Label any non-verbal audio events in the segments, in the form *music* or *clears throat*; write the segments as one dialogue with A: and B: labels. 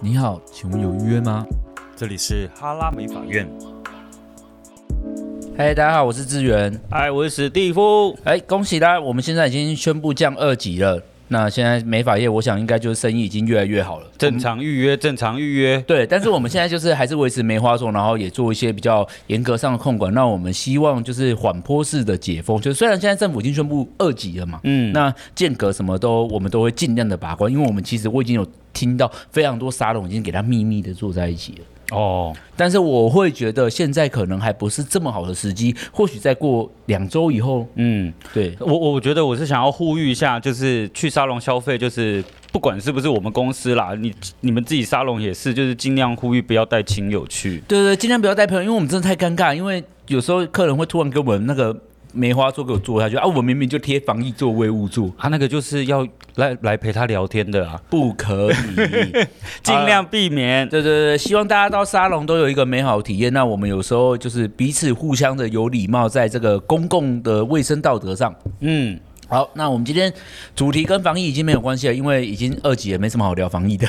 A: 你好，请问有预约吗？
B: 这里是哈拉美法院。
A: 嗨、大家好，我是志源。
B: 嗨，我是史蒂夫。
A: 哎，恭喜啦！我们现在已经宣布降二级了。那现在美发业，我想应该就是生意已经越来越好了。
B: 正常预约，正常预约。
A: 对，但是我们现在就是还是维持梅花座，然后也做一些比较严格上的控管。那我们希望就是缓坡式的解封，就是虽然现在政府已经宣布二级了嘛，
B: 嗯，
A: 那间隔什么都我们都会尽量的把关，因为我们其实我已经有听到非常多沙龙已经给它秘密的坐在一起了。
B: 哦，
A: 但是我会觉得现在可能还不是这么好的时机，或许再过两周以后，
B: 嗯，
A: 对，
B: 我我觉得我是想要呼吁一下，就是去沙龙消费，就是不管是不是我们公司啦，你你们自己沙龙也是，就是尽量呼吁不要带亲友去。
A: 对对，尽量不要带朋友，因为我们真的太尴尬。因为有时候客人会突然给我们那个梅花座给我坐下去啊，我明明就贴防疫座位勿坐，
B: 他、那个就是要来来陪他聊天的啊，
A: 不可 *laughs* 以。
B: 尽量避免。
A: 啊对对对，希望大家到沙龙都有一个美好体验。那我们有时候就是彼此互相的有礼貌，在这个公共的卫生道德上。
B: 嗯，
A: 好，那我们今天主题跟防疫已经没有关系了，因为已经二级也没什么好聊防疫的，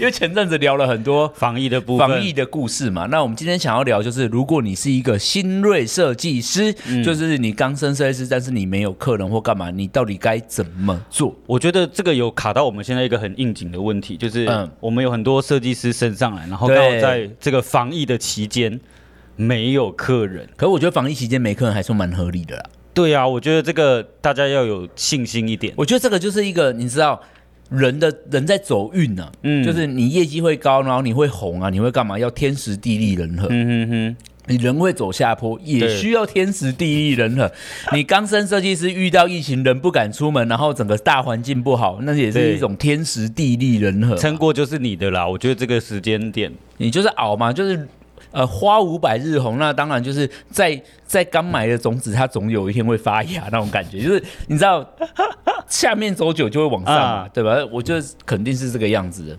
A: 因为前阵子聊了很多
B: 防疫的部分。
A: 防疫的故事嘛。那我们今天想要聊就是，如果你是一个新锐设计师，
B: 嗯
A: 就是你刚升设计师，但是你没有客人或干嘛，你到底该怎么做？
B: 我觉得这个有卡到我们现在一个很应景的问题，就是
A: 嗯
B: 我们有很多设计师升上来，然后
A: 对
B: 刚好在这个防疫的期间没有客人。
A: 可我觉得防疫期间没客人还算蛮合理的啦。
B: 对啊，我觉得这个大家要有信心一点。
A: 我觉得这个就是一个你知道。人的人在走运呢、
B: 嗯
A: 就是你业绩会高，然后你会红啊，你会干嘛？要天时地利人和。
B: 嗯哼哼，
A: 你人会走下坡，也
B: 对
A: 需要天时地利人和。你刚升设计师遇到疫情，人不敢出门，然后整个大环境不好，那也是
B: 对
A: 一种天时地利人和。
B: 撑过就是你的啦。我觉得这个时间点，
A: 你就是熬嘛，就是呃花无百日红，那当然就是在在刚埋的种子，它总有一天会发芽那种感觉，就是你知道下面走久就会往上嘛，
B: 啊
A: 对吧？我觉得肯定是这个样子的。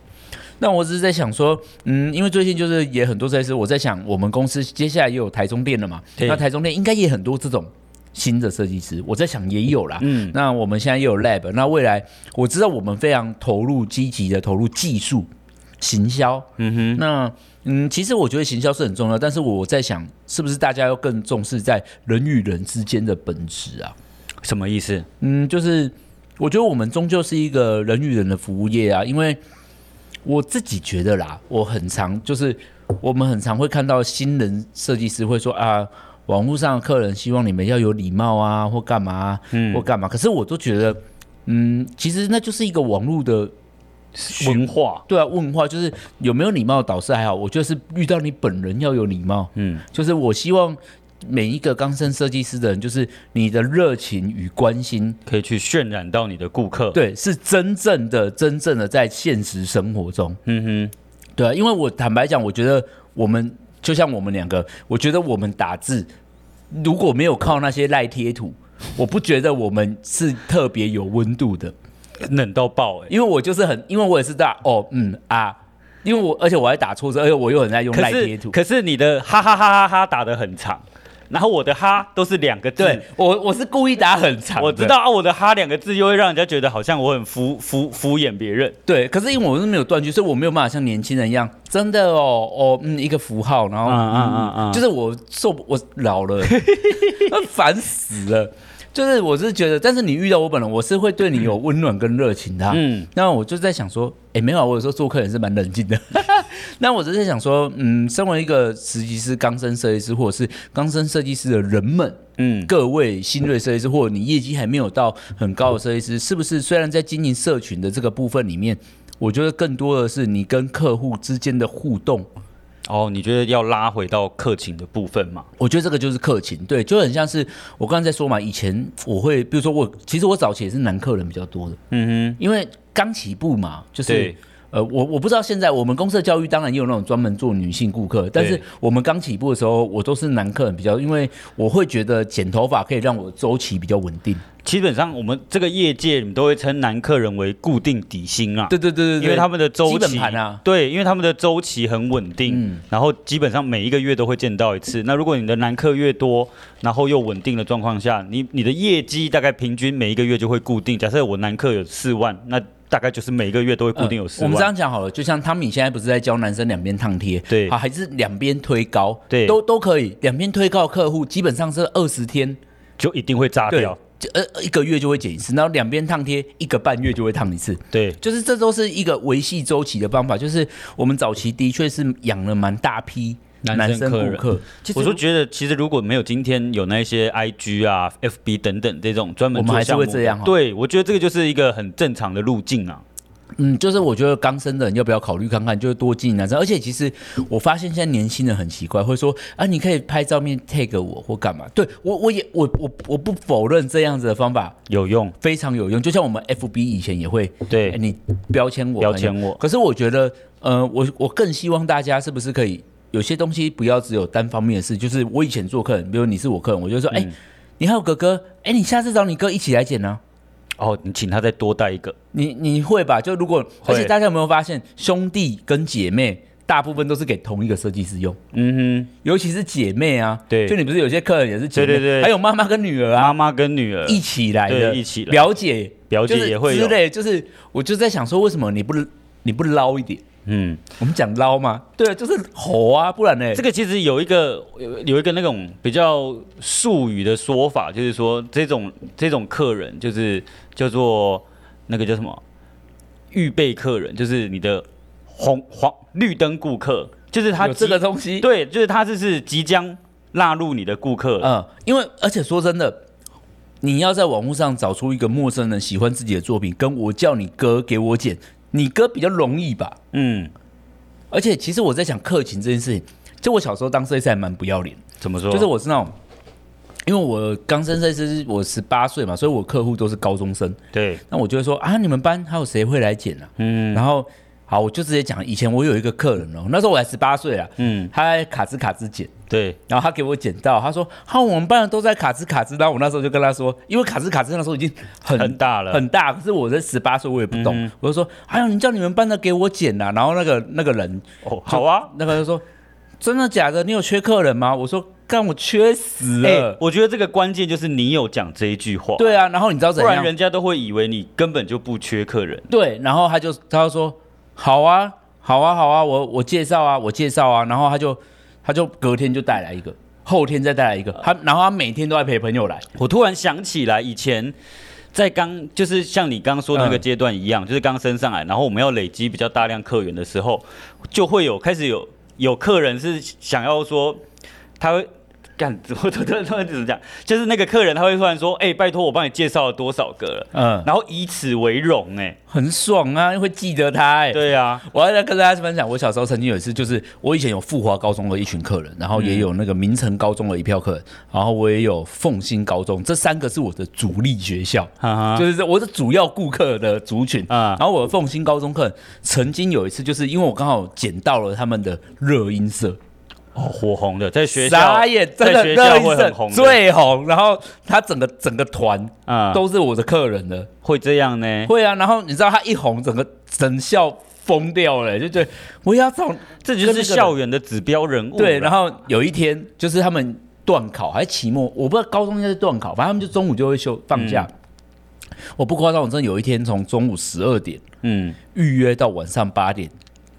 A: 那我只是在想说，嗯，因为最近就是也很多设计师，我在想我们公司接下来也有台中店了嘛，
B: 对
A: 那台中店应该也很多这种新的设计师，我在想也有啦。
B: 嗯，
A: 那我们现在也有 lab，那未来我知道我们非常投入、积极的投入技术、行销。
B: 嗯
A: 那嗯，其实我觉得行销是很重要，但是我在想，是不是大家要更重视在人与人之间的本质啊？
B: 哼，什么意思？
A: 嗯，就是我觉得我们终究是一个人与人的服务业啊，因为我自己觉得啦，我很常就是我们很常会看到新人设计师会说啊，网络上的客人希望你们要有礼貌啊，或干嘛、啊，或干嘛，可是我都觉得，嗯，其实那就是一个网络的
B: 循化。
A: 对啊，问话就是有没有礼貌倒是还好，我觉得是遇到你本人要有礼貌。
B: 嗯，
A: 就是我希望每一个刚升设计师的人，就是你的热情与关心，
B: 可以去渲染到你的顾客。，
A: 对，是真正的、真正的在现实生活中。
B: 嗯
A: 对啊，因为我坦白讲，我觉得我们就像我们两个，我觉得我们打字如果没有靠那些赖贴图，我不觉得我们是特别有温度的。
B: 哼，冷到爆哎、
A: 因为我就是很，因为我也是大哦，嗯啊，因为我而且我还打错字，而且我又很爱用
B: 可
A: 赖贴
B: 是
A: 图。
B: 可是你的哈哈哈哈哈打得很长，然后我的哈都是两个字。
A: 对我我是故意打很长，
B: 我知。道啊，我的哈两个字又会让人家觉得好像我很敷敷敷衍别人。
A: 对，可是因为我是没有断句，所以我没有办法像年轻人一样，真的哦哦，嗯，一个符号，然后
B: 嗯嗯嗯嗯
A: 就是我受不我老了，烦死了。就是我是觉得，但是你遇到我本人，我是会对你有温暖跟热情的、嗯，
B: 嗯，
A: 那我就在想说，哎、没有啊，我有时候做客人是蛮冷静的。 *laughs* 那我只是在想说，嗯，身为一个实习师、刚升设计师，或者是刚升设计师的人们，
B: 嗯，
A: 各位新锐设计师，或者你业绩还没有到很高的设计师，是不是虽然在经营社群的这个部分里面，我觉得更多的是你跟客户之间的互动。
B: 哦，你觉得要拉回到客情的部分嘛？
A: 我觉得这个就是客情，对，就很像是我刚才在说嘛，以前我会，比如说我，其实我早期也是男客人比较多的，
B: 嗯
A: 因为刚起步嘛，就是
B: 对
A: 呃，我我不知道现在我们公司的教育当然也有那种专门做女性顾客，但是我们刚起步的时候，我都是男客人比较，因为我会觉得剪头发可以让我周期比较稳定。
B: 哼，基本上我们这个业界，你们都会称男客人为固定底薪啊。
A: 对对对对对，
B: 因为他们的周期
A: 基本盘啊，
B: 对，因为他们的周期很稳定，
A: 嗯
B: 然后基本上每一个月都会见到一次。那如果你的男客越多，然后又稳定的状况下，你你的业绩大概平均每一个月就会固定。假设我男客有四万，那大概就是每个月都会固定有
A: 呃
B: 十
A: 我
B: 万。
A: 们这样讲好了，就像汤米现在不是在教男生两边烫贴，
B: 对
A: 好还是两边推高，
B: 对
A: 都都可以，两边推高的客户基本上是二十天，
B: 就一定会炸
A: 对
B: 掉。，
A: 就呃一个月就会减一次，然后两边烫贴一个半月就会烫一次。
B: 对
A: 就是这都是一个维系周期的方法，就是我们早期的确是养了蛮大批
C: 男
A: 男
C: 生
A: 生
C: 客
A: 顾
C: 人
A: 客，
B: 其实我就觉得，其实如果没有今天有那一些 IG 啊、FB 等等这种专门
A: 我们还
B: 做
A: 是
B: 项目
A: 会
B: 的，
A: 这样哦
B: 对，我觉得这个就是一个很正常的路径啊。
A: 嗯，就是我觉得刚生的人要不要考虑看看，就是多进男生。而且其实我发现现在年轻人很奇怪，会说啊，你可以拍照片 tag 我或干嘛？对我，我也我我我不否认这样子的方法
B: 有用，
A: 非常有用，就像我们 FB 以前也会，
B: 对
A: 哎你标签我，哎
B: 标签我
A: 可是我觉得，呃，我我更希望大家是不是可以有些东西不要只有单方面的事，就是我以前做客人，比如你是我客人，我就
B: 嗯
A: 说，哎、你还有哥哥，哎、你下次找你哥一起来剪呢、啊
B: 哦，你请他再多带一个，
A: 你你会吧？就如果，而
B: 会
A: 且大家有没有发现，兄弟跟姐妹大部分都是给同一个设计师用，
B: 嗯
A: 尤其是姐妹啊。
B: 对
A: 就你不是有些客人也是姐妹，
B: 对对对
A: 还有妈妈跟女儿
B: 哼，
A: 啊，
B: 妈妈跟女儿
A: 一起来的，
B: 呃对一起来
A: 表姐
B: 表姐
A: 就是
B: 也会有
A: 之类，就是我就在想说，为什么你不你不捞一点？
B: 嗯，
A: 我们讲捞嘛，对，就是吼啊，不然呢？
B: 这个其实有一个有有一个那种比较术语的说法，就是说这种这种客人就是叫做那个叫什么预备客人，就是你的红黄绿灯顾客，就是他
A: 有
B: 即
A: 这个东西，
B: 对，就是他这是即将纳入你的顾客了。
A: 嗯，因为而且说真的，你要在网络上找出一个陌生人喜欢自己的作品，跟我叫你哥给我剪，你哥比较容易吧？
B: 嗯，
A: 而且其实我在想客情这件事情，就我小时候当设计师还蛮不要脸，
B: 怎么说？
A: 就是我是那种，因为我刚升设计师，我十八岁嘛，所以我客户都是高中生，
B: 对，
A: 那我就会说啊，你们班还有谁会来剪啊？
B: 嗯
A: 然后好，我就直接讲，以前我有一个客人哦，那时候我才十八岁啊，
B: 嗯，
A: 他在卡兹卡兹剪。
B: 对，
A: 然后他给我捡到，他说：“哈，我们班的都在卡兹卡兹。”然后我那时候就跟他说，因为卡兹卡兹那时候已经很
B: 很大了嗯
A: 很大。可是我在十八岁，我也不懂，我就说：“哎呦，你叫你们班的给我捡呐、然后那个那个人，
B: 哦，好啊。
A: 那个就说：“真的假的？你有缺客人吗？”我说：“干，我缺死
B: 哎、
A: 了。
B: 我觉得这个关键就是你有讲这一句话，，
A: 对啊，然后你知道
B: 不
A: 怎
B: 然
A: 样？
B: 人家都会以为你根本就不缺客人。
A: 对，然后他就他就说：“好啊，好啊，好啊，我我介绍啊，我介绍啊。”然后他就他就隔天就带来一个，后天再带来一个，他然后他每天都在陪朋友来。
B: 我突然想起来，以前在刚就是像你刚刚说的那个
A: 嗯
B: 阶段一样，就是刚升上来，然后我们要累积比较大量客源的时候，就会有开始有有客人是想要说，他会干，我突然突然怎么讲，就是那个客人他会突然说，哎、拜托我帮你介绍了多少个了，
A: 嗯，
B: 然后以此为荣、哎，
A: 很爽啊，会记得他哎、
B: 对啊，
A: 我要再跟大家分享，我小时候曾经有一次，就是我以前有富华高中的一群客人，然后也有那个明城高中的一票客人，然后我也有凤新高中，这三个是我的主力学校，
B: 啊哈哈，
A: 就是我是主要顾客的族群
B: 啊
A: 然后我的凤新高中客人曾经有一次，就是因为我刚好捡到了他们的热音社，
B: 哦，火红的，在学校
A: 傻眼，真
B: 在
A: 的
B: 学
A: 热
B: 校
A: 音
B: 会
A: 社
B: 很红的，
A: 最红，然后他整个整个团
B: 啊，都
A: 都是我的客人了。
B: 会这样呢。
A: 会啊，然后你知道他一红，整个整校疯掉了，就觉得我要找
B: 这就是校园的指标人物啦。
A: 对。然后有一天就是他们断考还是期末，我不知道高中应该是断考，反正他们就中午就会休放假。我不夸张，我真的有一天从中午十二点
B: 嗯，
A: 预约到晚上八点，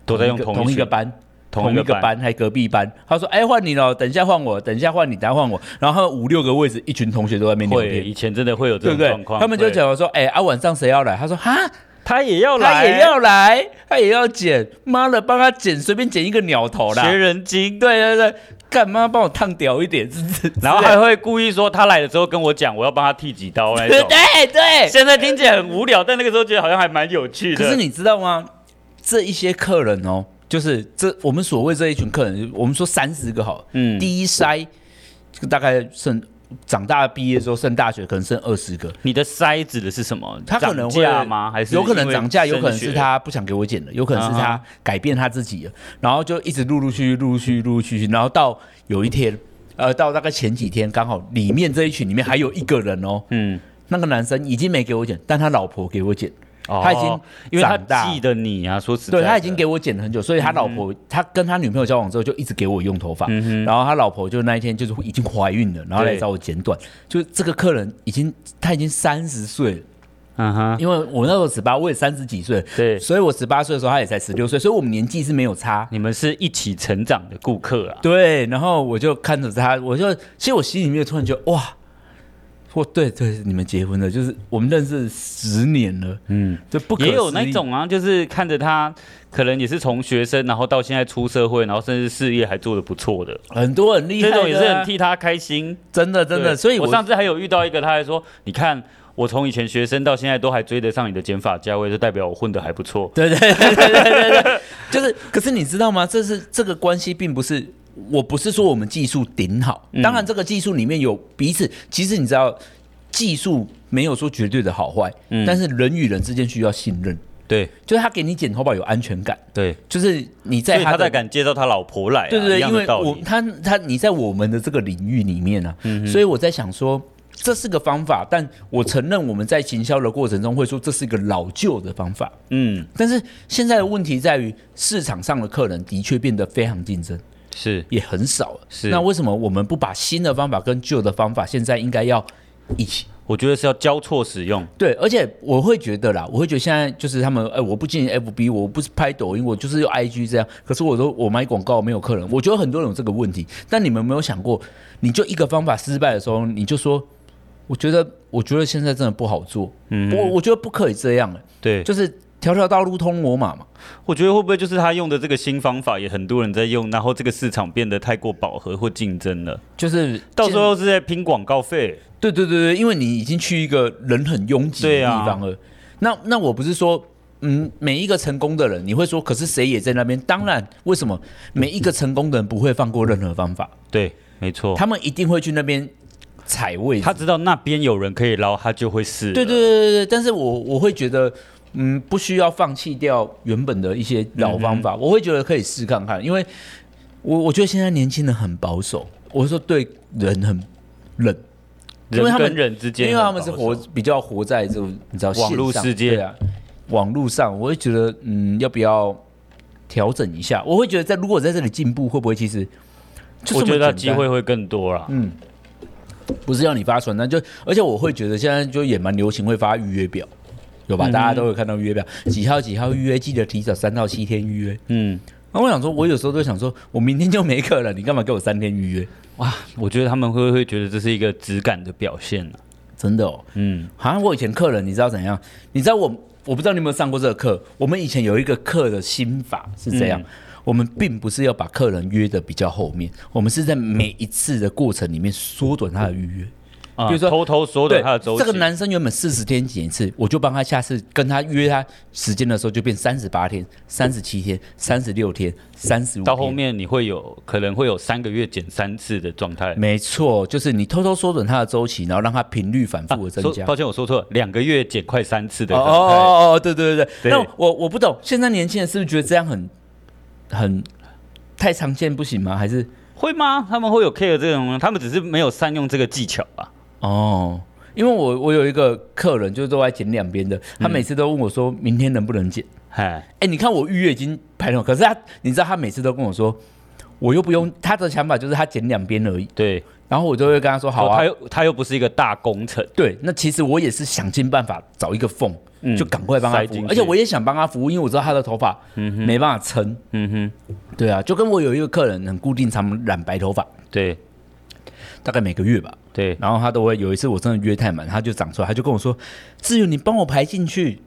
B: 都在用
A: 同
B: 同
A: 一个同一
B: 群
A: 个班。
B: 同一个班
A: 班还隔壁班，他说：“哎，换你了，等一下换我，等一下换你，等一下换我。”然后他们五六个位置，一群同学都在那边聊
B: 会，
A: 天，
B: 以前真的会有
A: 对
B: 这种
A: 不对
B: 状？况。
A: 他们就
B: 对，
A: 讲说：“哎，啊，晚上谁要来？”他说：“哈，
B: 他也要来，
A: 他也要啊来，他也要剪，妈的，帮他剪，随便剪一个鸟头啦
B: 学。人精，
A: 对对对，干妈帮我烫屌一点，是不是？
B: 然后
A: 之类
B: 还
A: 的
B: 会故意说他来的时候跟我讲，我要帮他剃几刀那种。
A: 对对。
B: 现在听起来很无聊，但那个时候觉得好像还蛮有趣的。
A: 可是你知道吗？这一些客人哦，就是这我们所谓这一群客人，我们说三十个好了，
B: 嗯
A: 第一筛这个大概剩长大毕业之后剩大学可能剩二十个，
B: 你的筛指的是什么？
A: 他可能会
B: 涨价吗？还是
A: 有可能
B: 因为
A: 涨价，有可能
B: 升
A: 是
B: 学
A: 他不想给我剪了，有可能是他改变他自己了，然后就一直陆陆续续、陆陆续续、陆陆续续，然后到有一天，呃，到大概前几天，刚好里面这一群里面还有一个人哦，
B: 嗯，
A: 那个男生已经没给我剪，但他老婆给我剪，
B: 哦
A: 他已经
B: 因为他
A: 长大
B: 记得你啊，说实在
A: 对
B: 的，
A: 他已经给我剪了很久，所以他老
B: 嗯
A: 婆、他跟他女朋友交往之后就一直给我用头发，然后他老婆就那一天就是已经怀孕了，然后来
B: 对
A: 找我剪短，就是这个客人已经他已经三十岁了。
B: 嗯哼，
A: 因为我那时候十八，我也三十几岁，
B: 对
A: 所以我十八岁的时候，他也才十六岁，所以我们年纪是没有差。
B: 你们是一起成长的顾客啊。
A: 对，然后我就看着他，我就其实我心里面突然觉得哇，我对对，你们结婚了，就是我们认识十年了，
B: 嗯，
A: 就不可
B: 也有
A: 思议
B: 那种啊，就是看着他，可能也是从学生，然后到现在出社会，然后甚至事业还做得不错的，
A: 很多很厉害
B: 这
A: 的啊、
B: 种也是很替他开心。
A: 真的真的，
B: 对
A: 所以
B: 我
A: 我
B: 上次还有遇到一个，他还说：“你看，我从以前学生到现在都还追得上你的减法价位，就代表我混得还不错。
A: *laughs* 对对对对对对对， *laughs* 就是。可是你知道吗？这是这个关系，并不是我不是说我们技术顶好，
B: 嗯
A: 当然这个技术里面有彼此。其实你知道，技术没有说绝对的好坏，
B: 嗯
A: 但是人与人之间需要信任，”
B: 对
A: 就是他给你剪头发有安全感，
B: 对，
A: 就是你
B: 所
A: 在
B: 以他
A: 的
B: 才敢介绍他老婆来啊、
A: 对对
B: 一
A: 对，
B: 样
A: 因
B: 的
A: 为
B: 道
A: 我
B: 理。嗯
A: 他他你在我们的这个领域里面啊，所以我在想说这是个方法，但我承认我们在行销的过程中会说这是一个老旧的方法，
B: 嗯，
A: 但是现在的问题在于市场上的客人的确变得非常竞争，
B: 是
A: 也很少了。
B: 是
A: 那为什么我们不把新的方法跟旧的方法现在应该要一起？
B: 我觉得是要交错使用。
A: 对，而且我会觉得啦，我会觉得现在就是他们，哎、我不进 FB，我不是拍抖音，我就是用 IG 这样。可是我都我买广告没有客人，我觉得很多人有这个问题。但你们有没有想过，你就一个方法失败的时候，你就说，我觉得，我觉得现在真的不好做，嗯，我我觉得不可以这样了，
B: 对，
A: 就是条条大路通罗马嘛。
B: 我觉得会不会就是他用的这个新方法，也很多人在用，然后这个市场变得太过饱和或竞争了，
A: 就是
B: 到时候是在拼广告费。
A: 对对对对，因为你已经去一个人很拥挤的
B: 对
A: 地
B: 啊
A: 方了。那那我不是说，嗯，每一个成功的人，你会说，可是谁也在那边？当然，为什么每一个成功的人不会放过任何方法？
B: 对，没错。
A: 他们一定会去那边踩位置。
B: 哦他知道那边有人可以捞，他就会试了。
A: 对对对对对，但是我我会觉得，嗯，不需要放弃掉原本的一些老方
B: 嗯
A: 法，我会觉得可以试看看，因为我我觉得现在年轻人很保守，我说对人很冷。因为
B: 人
A: 他们
B: 跟人之间
A: 因
B: 很
A: 为他
B: 保守，
A: 们是活比较活在这种你知道
B: 网络
A: 线上
B: 世界
A: 对啊，网络上，我会觉得嗯，要不要调整一下？我会觉得在如果在这里进步，会不会其实就
B: 我
A: 这么
B: 觉得他
A: 简
B: 机
A: 单嗯
B: 会会更多啦。
A: 不是要你发传单，就而且我会觉得现在就也蛮流行会发预约表，有
B: 嗯
A: 吧？大家都会看到预约表，几号几号预约，记得提早三到七天预约。
B: 嗯，
A: 那我想说，我有时候都想说，我明天就没课了，你干嘛给我三天预约？
B: 哇，我觉得他们会会觉得这是一个质感的表现啊
A: 真的哦，
B: 嗯，
A: 好像我以前客人，你知道怎样？你知道我，我不知道你有没有上过这个课。我们以前有一个课的心法是这
B: 嗯
A: 样，我们并不是要把客人约的比较后面，我们是在每一次的过程里面缩短他的预约。
B: 啊
A: 比如说
B: 偷偷缩短他的周期。
A: 这个男生原本四十天减一次，我就帮他下次跟他约他时间的时候就变三十八天、三十七天、三十六天、三十五。
B: 到后面你会有可能会有三个月减三次的状态。
A: 没错，就是你偷偷缩短他的周期，然后让他频率反复的增
B: 说
A: 加。
B: 抱歉，我说错了，两个月减快三次的
A: 哦
B: 状态。
A: 哦哦哦，对对对对。
B: 对
A: 那我我不懂，现在年轻人是不是觉得这样很很太常见不行吗？还是
B: 会吗？他们会有 care 这种吗，他们只是没有善用这个技巧啊吧？
A: 哦？因为我我有一个客人，就是都在剪两
B: 嗯
A: 边的，他每次都问我说明天能不能剪。
B: 哎，
A: 哎、你看我预约已经排了，可是他你知道他每次都跟我说，我又不用他的想法就是他剪两边而已，
B: 对，
A: 然后我就会跟他说好
B: 哦他
A: 啊。
B: 又他又不是一个大工程，
A: 对，那其实我也是想尽办法找一个缝，
B: 嗯
A: 就赶快帮他
B: 塞
A: 服
B: 进
A: 务，
B: 去
A: 而且我也想帮他服务，因为我知道他的头发没办法撑，
B: 嗯
A: 对啊，就跟我有一个客人很固定，常染白头发，
B: 哼，对
A: 大概每个月吧。
B: 对，
A: 然后他都会有一次我真的约太满，他就长出来，他就跟我说：“志远，你帮我排进去。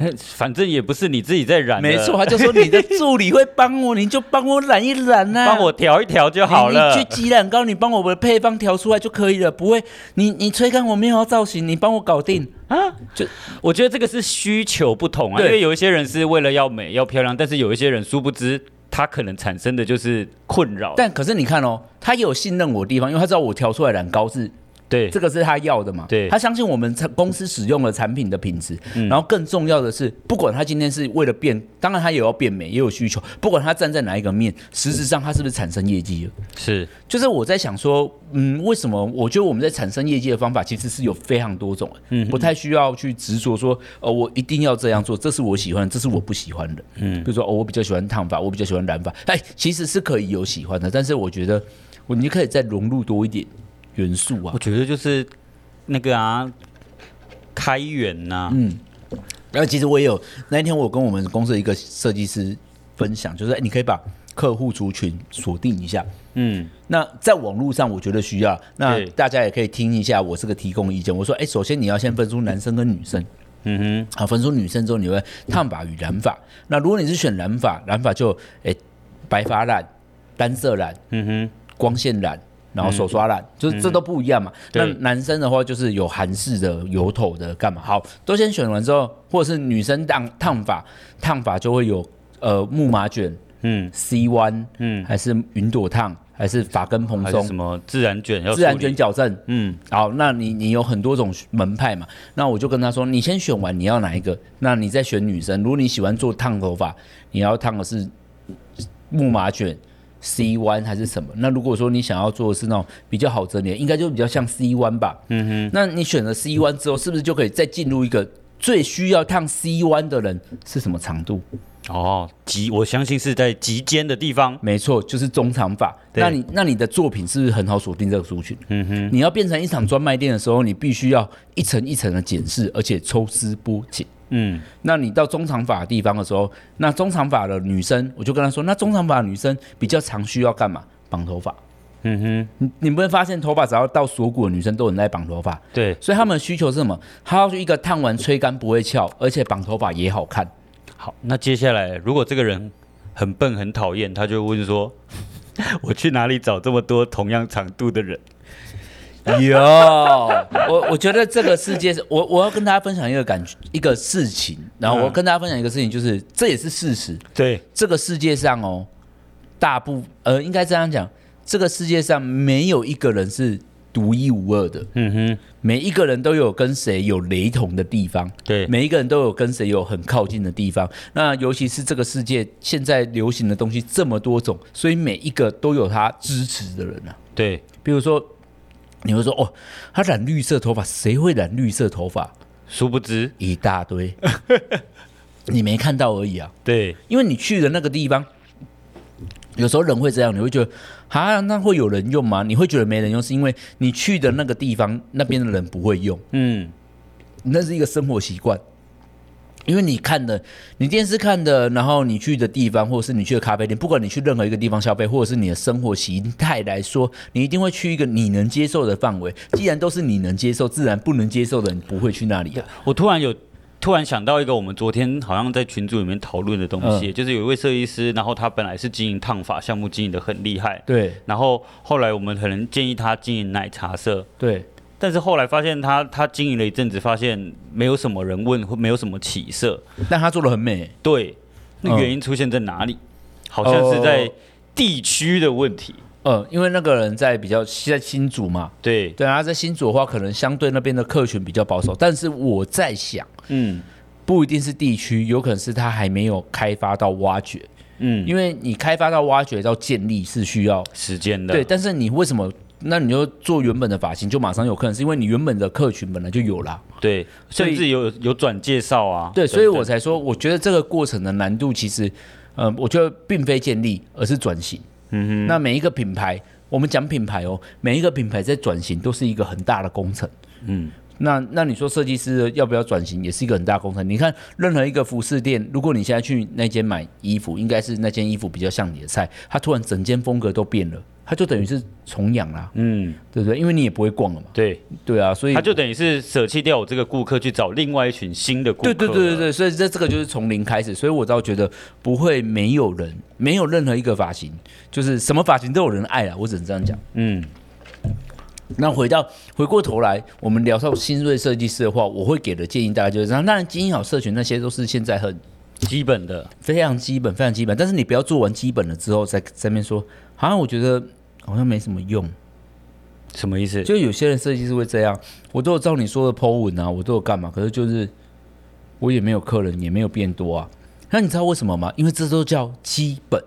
B: *laughs* 反正也不是你自己在”染的，
A: 没错，他就说你的助理会帮我，你就帮我染一染呐、啊，
B: 帮我调一调就
A: 你
B: 好了
A: 你。去挤染膏，你帮我把配方调出来就可以了，不会，你你吹干我没有要造型，你帮我搞定。
B: 啊，就 *laughs* 我觉得这个是需求不同啊，
A: 对
B: 因为有一些人是为了要美要漂亮，但是有一些人殊不知他可能产生的就是困扰。
A: 但可是你看哦，他也有信任我的地方，因为他知道我调出来染膏是
B: 对
A: 这个是他要的嘛？
B: 对
A: 他相信我们产公司使用的产品的品质。然后更重要的是，不管他今天是为了变，当然他也要变美，也有需求。不管他站在哪一个面，实质上他是不是产生业绩了？
B: 是
A: 就是我在想说，嗯，为什么？我觉得我们在产生业绩的方法其实是有非常多种，嗯，不太需要去执着说，呃，我一定要这样做，这是我喜欢的，这是我不喜欢的，嗯，比如说，哦，我比较喜欢烫发，我比较喜欢染发，哎，其实是可以有喜欢的，但是我觉得，我你可以再融入多一点元素啊
B: 我，觉得就是那个啊，开源呐、
A: 嗯然后其实我也有那一天，我有跟我们公司的一个设计师分享，就是哎你可以把客户族群锁定一下。
B: 嗯，
A: 那在网络上，我觉得需要。那
B: 对
A: 大家也可以听一下我这个提供意见。我说，哎、首先你要先分出男生跟女生，
B: 嗯
A: 好，分出女生之后，你会烫发与染发。那如果你是选染发，染发就哎、白发染、单色染、
B: 哼，嗯哼，
A: 光线染，然后手刷染，就是这都不一样嘛。那
B: 嗯对
A: 男生的话就是有韩式的、油头的，干嘛？好，都先选完之后，或者是女生烫烫发，烫发就会有呃木马卷、
B: 嗯
A: C one，
B: 嗯，
A: 还是云朵烫，还是发根蓬
B: 还
A: 松
B: 是什。么自然卷要
A: 自然
B: 处
A: 卷
B: 理，
A: 矫正，
B: 嗯
A: 好，那你你有很多种门派嘛？那我就跟他说，你先选完你要哪一个，那你再选女生。如果你喜欢做烫头发，你要烫的是木马卷、C 弯还是什么？那如果说你想要做的是那种比较好整理的，应该就比较像 C 弯吧。
B: 嗯
A: 那你选了 C 弯之后，是不是就可以再进入一个最需要烫 C 弯的人是什么长度？
B: 哼，哦，极，我相信是在极尖的地方，
A: 没错，就是中长发。
B: 对
A: 那你那你的作品是不是很好锁定这个族群？
B: 嗯哼，
A: 你要变成一场专卖店的时候，你必须要一层一层的检视，而且抽丝剥茧。
B: 嗯
A: 那你到中长发的地方的时候，那中长发的女生，我就跟她说，那中长发的女生比较常需要干嘛？绑头发。
B: 嗯哼，
A: 你你不会发现，头发只要到锁骨的女生都很爱绑头发，
B: 对，
A: 所以她们的需求是什么？她要一个烫完吹干不会翘，而且绑头发也好看。
B: 好，那接下来如果这个人很笨很讨厌，他就会问说， *laughs* 我去哪里找这么多同样长度的人？
A: *laughs* 有，我我觉得这个世界是，我我要跟大家分享一个感觉，一个事情，然后我要跟大家分享一个事情，就是这也是事实，
B: 对，
A: 这个世界上哦，大部呃应该这样讲，这个世界上没有一个人是独一无二的，
B: 嗯哼，
A: 每一个人都有跟谁有雷同的地方，
B: 对
A: 每一个人都有跟谁有很靠近的地方。那尤其是这个世界现在流行的东西这么多种，所以每一个都有他支持的人啊。
B: 对，
A: 比如说，你会说哦，他染绿色头发，谁会染绿色头发？
B: 殊不知，
A: 一大堆，你没看到而已啊。
B: 对，
A: 因为你去的那个地方，有时候人会这样，你会觉得啊，那会有人用吗？你会觉得没人用，是因为你去的那个地方那边的人不会用，
B: 嗯，
A: 那是一个生活习惯。因为你看的，你电视看的，然后你去的地方，或者是你去的咖啡店，不管你去任何一个地方消费，或者是你的生活形态来说，你一定会去一个你能接受的范围。既然都是你能接受，自然不能接受的，你不会去那里啊。
B: 我突然有突然想到一个我们昨天好像在群组里面讨论的东西，就是有一位设计师，然后他本来是经营烫发项目，经营的很厉害，
A: 对
B: 然后后来我们可能建议他经营奶茶社。
A: 对，
B: 但是后来发现他，他经营了一阵子，发现没有什么人问，或没有什么起色。
A: 但他做的很美、
B: 对，那
A: 嗯
B: 原因出现在哪里？好像是在
A: 哦
B: 地区的问题。
A: 呃，因为那个人在比较在新竹嘛，
B: 对，
A: 对啊，在新竹的话，可能相对那边的客群比较保守。但是我在想，
B: 嗯
A: 不一定是地区，有可能是他还没有开发到挖掘，
B: 嗯，
A: 因为你开发到挖掘到建立是需要
B: 时间的。
A: 对，，但是你为什么？那你就做原本的发型，就马上有客人，是因为你原本的客群本来就有啦。
B: 对，
A: 所以
B: 甚至有有转介绍啊。
A: 对，
B: 等
A: 所以我
B: 等
A: 才说，我觉得这个过程的难度其实，呃，我觉得并非建立，而是转型。嗯哼，那每一个品牌，我们讲品牌哦，每一个品牌在转型都是一个很大的工程。
B: 嗯，
A: 那那你说设计师要不要转型，也是一个很大的工程。你看任何一个服饰店，如果你现在去那间买衣服，应该是那件衣服比较像你的菜，它突然整间风格都变了，它就等于是重养啦，
B: 嗯，
A: 对不对？因为你也不会逛了嘛。
B: 对，
A: 对啊，所以
B: 他嗯就等于是舍弃掉我这个顾客，去找另外一群新的顾客
A: 对
B: 了。
A: 对对对对，所以这这个就是从零开始，所以我倒觉得不会没有人，没有任何一个发型，就是什么发型都有人爱啊，我只能这样讲。
B: 嗯，
A: 那回到回过头来，我们聊到新锐设计师的话，我会给的建议大概就是这样。当然，经营好社群那些都是现在很
B: 基本的，
A: 非常基本、非常基本，但是你不要做完基本了之后再在那边说，好像我觉得好像没什么用。
B: 什么意思？
A: 就有些人设计师会这样，我都有照你说的 Po 文啊，我都有干嘛，可是就是我也没有客人，也没有变多啊。那你知道为什么吗？因为这都叫基本。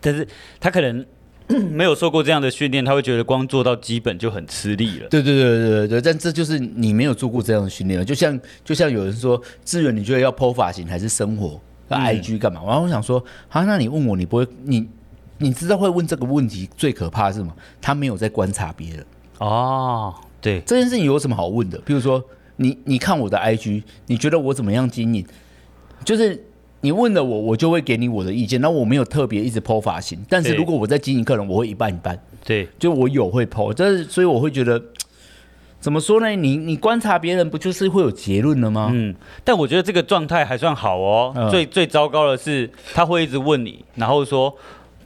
B: 但是他可能 *clears throat* 没有受过这样的训练，他会觉得光做到基本就很吃力了。
A: 对对对对对对，但这就是你没有做过这样的训练啊了。就像就像有人说，志远，你觉得要 Po 发型还是生活？那 IG 干嘛？然后我想说，啊，那你问我，你不会你。你知道会问这个问题最可怕的是什么？他没有在观察别人
B: 哦，对，
A: 这件事情有什么好问的？比如说，你你看我的 IG，你觉得我怎么样经营？就是你问了我，我就会给你我的意见。那我没有特别一直剖发型，但是
B: 对
A: 如果我在经营客人，我会一半一半，
B: 对
A: 就我有会剖，但是所以我会觉得。怎么说呢？你你观察别人，不就是会有结论了吗？
B: 嗯，但我觉得这个状态还算好哦。
A: 嗯
B: 最最糟糕的是，他会一直问你，然后说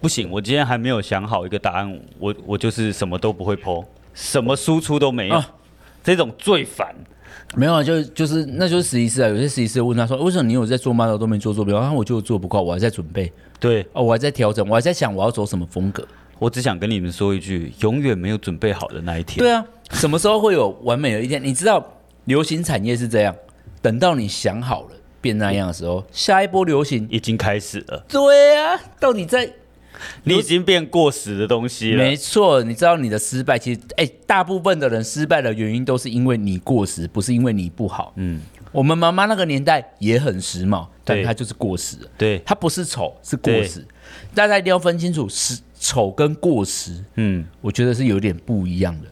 B: 不行，我今天还没有想好一个答案，我我就是什么都不会剖，什么输出都没有，
A: 啊
B: 这种最烦。
A: 没有啊，就就是那就是实习师啊。有些实习师问他说：“为什么你有在做 model 都没做坐标？”然后我就做不够，我还在准备，
B: 对
A: 哦，我还在调整，我还在想我要走什么风格。
B: 我只想跟你们说一句，永远没有准备好的那一天。
A: 对啊，什么时候会有完美的一天？你知道，流行产业是这样，等到你想好了变那样的时候，下一波流行，
B: 已经开始了，
A: 对啊，到底在？
B: 你已经变过时的东西了
A: 没。错，你知道你的失败，其实哎、大部分的人失败的原因都是因为你过时，不是因为你不好。
B: 嗯，
A: 我们妈妈那个年代也很时髦，但
B: 对
A: 她就是过时了。
B: 对，
A: 它不是丑，是过时。大家一定要分清楚，是丑跟过时，
B: 嗯，
A: 我觉得是有点不一样的。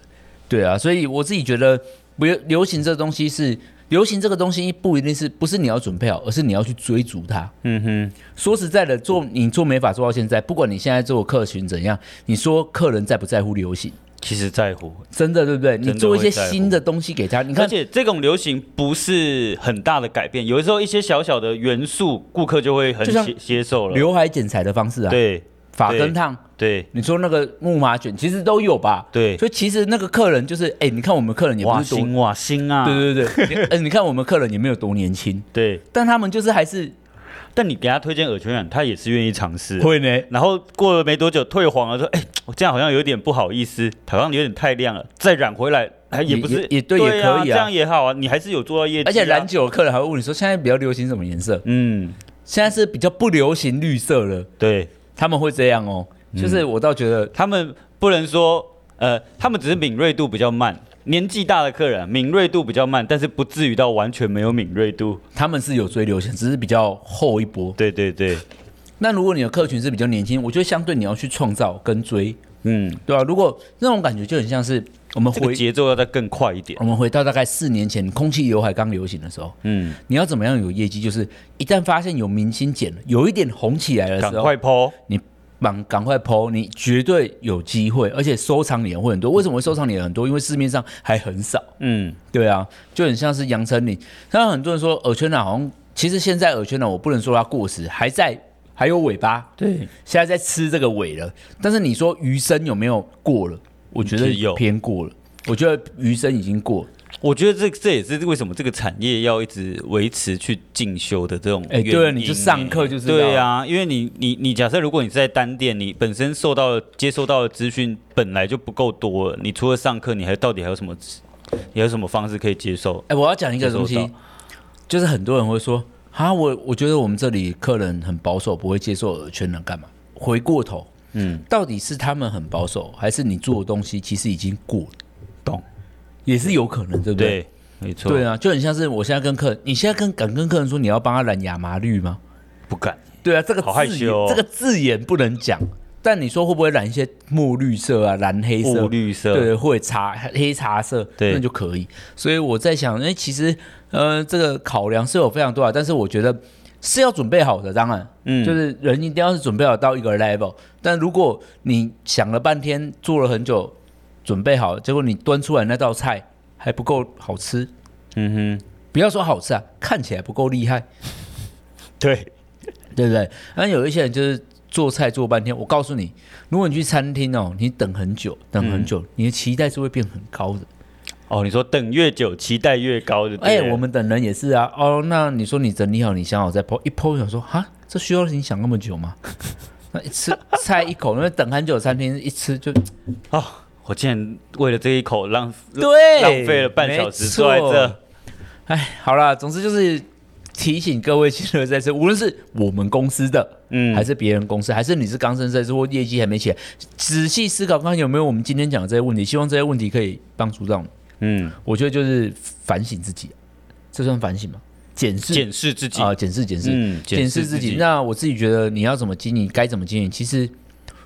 A: 对啊，所以我自己觉得，不要流行这东西是流行这个东西不一定是不是你要准备好，而是你要去追逐它。嗯哼，说实在的，做你做美发做到现在，不管你现在做客群怎样，你说客人在不在乎流行？
B: 其实在乎，
A: 真的对不对？你
B: 真的
A: 做一些
B: 会在乎
A: 新的东西给他，你
B: 而
A: 看
B: 且这种流行不是很大的改变，有的时候一些小小的元素，顾客就会很
A: 就像
B: 接接受了。
A: 刘海剪裁的方式啊，
B: 对
A: 发
B: 对
A: 根烫，
B: 对
A: 你说那个木马卷其实都有吧？
B: 对
A: 所以其实那个客人就是，哎、你看我们客人也不
B: 瓦
A: 是多，
B: 辛瓦辛啊！
A: 对对对，
B: *laughs*
A: 你呃你看我们客人也没有多年轻，
B: 对
A: 但他们就是还是
B: 但你给他推荐耳圈染，他也是愿意尝试。
A: 会呢。
B: 然后过了没多久，退黄了，说：“哎、我这样好像有点不好意思，好像有点太亮了，再染回来，哎，也不是，
A: 也也对也
B: 啊
A: 可以啊
B: 这样也好啊，你还是有做到业绩、啊。”
A: 而且染，久了，客人还会问你说，现在比较流行什么颜色？
B: 嗯，
A: 现在是比较不流行绿色了，
B: 对
A: 他们会这样哦。
B: 嗯
A: 就是我倒觉得，
B: 他们不能说，呃，他们只是敏锐度比较慢，年纪大的客人啊敏锐度比较慢，但是不至于到完全没有敏锐度。
A: 他们是有追流行，只是比较后一波。
B: 对对对，
A: 那如果你的客群是比较年轻，我觉得相对你要去创造跟追，
B: 嗯，
A: 对吧、啊如果那种感觉就很像是我们
B: 这个
A: 回
B: 节奏要再更快一点。
A: 我们回到大概四年前空气刘海刚流行的时候，
B: 嗯，
A: 你要怎么样有业绩？就是一旦发现有明星剪了，有一点红起来的
B: 赶
A: 时候
B: 快，抛。
A: 你赶赶快剖，你绝对有机会，而且收藏脸会很多。为什么会收藏脸很多？因为市面上还很少。
B: 嗯，
A: 对啊，就很像是杨丞琳。像很多人说耳圈染好像，其实现在耳圈染我不能说它过时，还在，还有尾巴，
B: 对，
A: 现在在吃这个尾了。但是你说余生有没有过了？我觉得
B: 其实有
A: 偏过了。我觉得余生已经过了。
B: 我觉得这这也是为什么这个产业要一直维持去进修的这种
A: 哎
B: 原因
A: 对你就上课就知道
B: 对啊，因为你你你假设如果你是在单店，你本身受到的接收到的资讯本来就不够多了，你除了上课，你还到底还有什么，你还有什么方式可以接受？
A: 哎、我要讲一个东
B: 接受
A: 西
B: 到，
A: 就是很多人会说啊，我我觉得我们这里客人很保守，不会接受耳圈能干嘛？回过头，
B: 嗯，
A: 到底是他们很保守，还是你做的东西其实已经过了，
B: 懂？
A: 也是有可能，对不对？
B: 对，没错，
A: 对啊，就很像是我现在跟客人，你现在跟敢跟客人说你要帮他染亚麻绿吗？
B: 不敢。
A: 对啊，这个
B: 好害
A: 字眼
B: 羞哦
A: 这个字眼不能讲。但你说会不会染一些墨绿色啊、蓝黑色、
B: 墨绿色
A: 对，啊或者茶黑茶色，
B: 对
A: 那就可以。所以我在想，哎、其实呃，这个考量是有非常多的，但是我觉得是要准备好的。当然，
B: 嗯
A: 就是人一定要是准备好到一个 level。但如果你想了半天，做了很久，准备好，结果你端出来那道菜还不够好吃，
B: 嗯哼，
A: 不要说好吃啊，看起来不够厉害，
B: 对，
A: 对不对？那有一些人就是做菜做半天，我告诉你，如果你去餐厅哦，你等很久，等很
B: 嗯
A: 久，你的期待是会变很高的。
B: 哦，你说等越久，期待越高的，
A: 哎、我们等人也是啊。哦，那你说你整理好，你想好再剖，一剖想说哈，这需要你想那么久吗？ *laughs* 那一吃菜一口，因为等很久，餐厅一吃就
B: 哦，我竟然为了这一口浪
A: 对
B: 浪费了半小时坐在这。。
A: 哎，好啦，总之就是提醒各位新人在这，无论是我们公司的，
B: 嗯
A: 还是别人公司，还是你是刚升在这或业绩还没起来，仔细思考看看有没有我们今天讲的这些问题。希望这些问题可以帮助到你。
B: 嗯，
A: 我觉得就是反省自己，啊这算反省吗？检视
B: 检视自己
A: 啊，检视检视，
B: 嗯
A: 检
B: 检
A: 视
B: 视
A: 自
B: 自己
A: 己。那我自己觉得你要怎么经营，该怎么经营，其实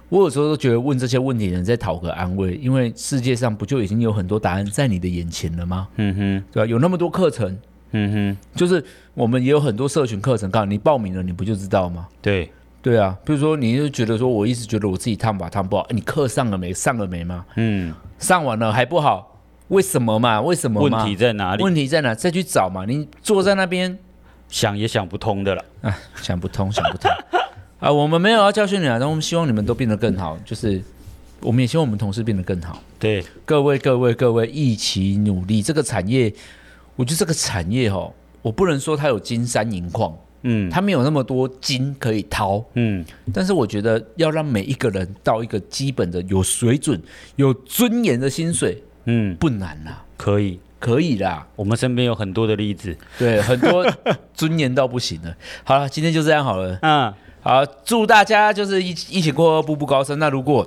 A: 我有时候都觉得问这些问题的人在讨个安慰，因为世界上不就已经有很多答案在你的眼前了吗？
B: 嗯哼，
A: 对吧、有那么多课程，
B: 嗯
A: 就是我们也有很多社群课程，告诉你你报名了，你不就知道吗
B: 哼？，对，
A: 对啊，比如说你就觉得说，我一直觉得我自己烫发烫不好，诶你课上了没？上了没吗？
B: 嗯，
A: 上完了还不好，为什么嘛？为什么
B: 问
A: 嘛？
B: 题在哪里？
A: 问题在哪？再去找嘛。你坐在那边
B: 想也想不通的啦。
A: 啊，想不通，想不通 *laughs* 啊！我们没有要教训你啊，但我们希望你们都变得更好，就是我们也希望我们同事变得更好。
B: 对，
A: 各位，各位，各位，一起努力。这个产业，我觉得这个产业哦，我不能说它有金山银矿，
B: 嗯
A: 它没有那么多金可以掏，
B: 嗯，
A: 但是我觉得要让每一个人到一个基本的有水准、有尊严的薪水
B: 嗯，
A: 不难啦，
B: 可以。
A: 可以啦。
B: 我们身边有很多的例子。
A: 对，很多尊严到不行了。好了，今天就这样好了。
B: 嗯，
A: 好，祝大家就是一起一起过步步高升。那如果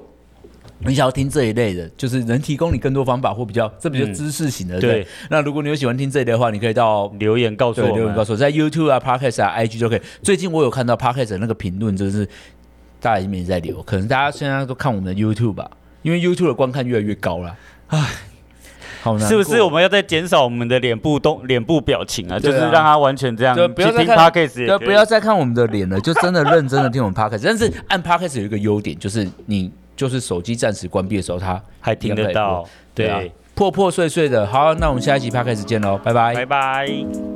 A: 你想要听这一类的，就是能提供你更多方法或比较，这比较知识型的。对不对
B: 对
A: 那如果你有喜欢听这一类的话，你可以到。
B: 留言告诉
A: 对，
B: 我
A: 留言告
B: 们。
A: 诉我，在 YouTube 啊、Podcast 啊、IG 都可以。最近我有看到 Podcast 的那个评论，就是大家已经没在留，可能大家现在都看我们的 YouTube 吧，因为 YouTube 的观看越来越高了。唉，好难过，
B: 是不是我们要再减少我们的脸部动、脸部表情啊？就
A: 对啊
B: 是让它完全这样，
A: 对，不要
B: 去
A: 再
B: 听
A: 看
B: podcast 也
A: 对，
B: 可以
A: 不要再看我们的脸了，就真的认真的听我们 podcast。但是按 podcast 有一个优点，就是你就是手机暂时关闭的时候，它
B: 还听得到。
A: 对啊
B: 对，，
A: 破破碎碎的。好，那我们下一期 podcast 见喽，拜拜
B: 拜拜。